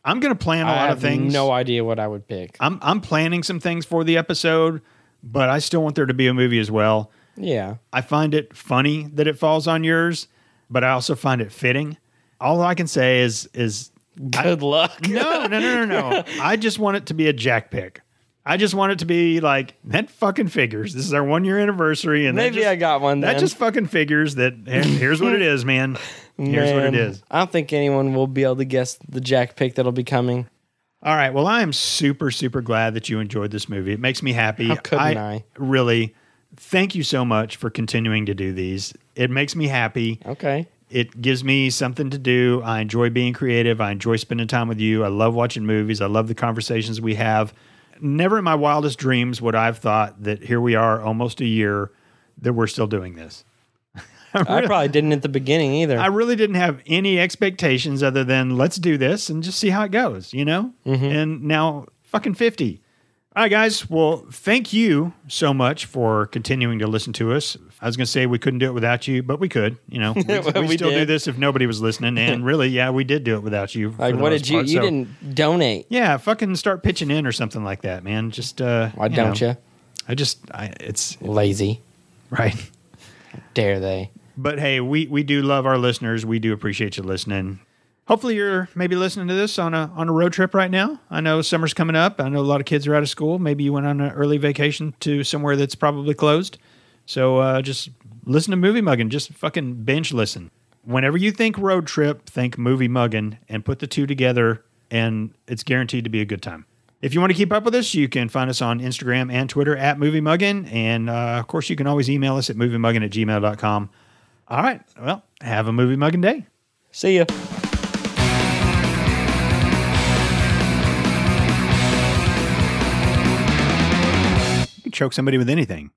Speaker 2: I'm going to plan a
Speaker 1: I
Speaker 2: lot
Speaker 1: have
Speaker 2: of things.
Speaker 1: no idea what I would pick.
Speaker 2: I'm I'm planning some things for the episode, but I still want there to be a movie as well.
Speaker 1: yeah.
Speaker 2: I find it funny that it falls on yours, but I also find it fitting. All I can say is is
Speaker 1: Good luck.
Speaker 2: no, no, no, no, no. I just want it to be a jack pick. I just want it to be like that fucking figures. This is our one year anniversary, and that
Speaker 1: Maybe
Speaker 2: just-
Speaker 1: I got one.
Speaker 2: that
Speaker 1: then.
Speaker 2: just fucking figures that here- here's what it is, man. Here's what
Speaker 1: Man,
Speaker 2: it is.
Speaker 1: I don't think anyone will be able to guess the jack pick that'll be coming.
Speaker 2: All right. Well, I am super, super glad that you enjoyed this movie. It makes me happy.
Speaker 1: How couldn't I?
Speaker 2: Really, thank you so much for continuing to do these. It makes me happy.
Speaker 1: Okay.
Speaker 2: It gives me something to do. I enjoy being creative. I enjoy spending time with you. I love watching movies. I love the conversations we have. Never in my wildest dreams would I've thought that here we are almost a year that we're still doing this.
Speaker 1: I probably didn't at the beginning either.
Speaker 2: I really didn't have any expectations other than let's do this and just see how it goes, you know?
Speaker 1: Mm-hmm.
Speaker 2: And now fucking 50. All right, guys. Well, thank you so much for continuing to listen to us. I was going to say we couldn't do it without you, but we could. You know, we, we
Speaker 1: We
Speaker 2: still do
Speaker 1: did.
Speaker 2: this if nobody was listening. And really, yeah, we did do it without you. for
Speaker 1: like,
Speaker 2: the
Speaker 1: what
Speaker 2: most
Speaker 1: did you?
Speaker 2: part,
Speaker 1: You
Speaker 2: so-
Speaker 1: didn't donate.
Speaker 2: Yeah, fucking start pitching in or something like that, man. Just uh,
Speaker 1: Why don't
Speaker 2: know,
Speaker 1: you?
Speaker 2: I just, I, it's
Speaker 1: Lazy.
Speaker 2: right.
Speaker 1: Dare they?
Speaker 2: But hey, we we do love our listeners. We do appreciate you listening. Hopefully, you're maybe listening to this on a on a road trip right now. I know summer's coming up. I know a lot of kids are out of school. Maybe you went on an early vacation to somewhere that's probably closed. So uh, just listen to Movie Muggin. Just fucking binge listen. Whenever you think road trip, think Movie Muggin, and put the two together, and it's guaranteed to be a good time. If you want to keep up with us, you can find us on Instagram and Twitter at Movie Muggin. And uh, of course, you can always email us at moviemuggin at gmail.com. All right. Well, have a movie mugging day.
Speaker 1: See ya.
Speaker 2: You can choke somebody with anything.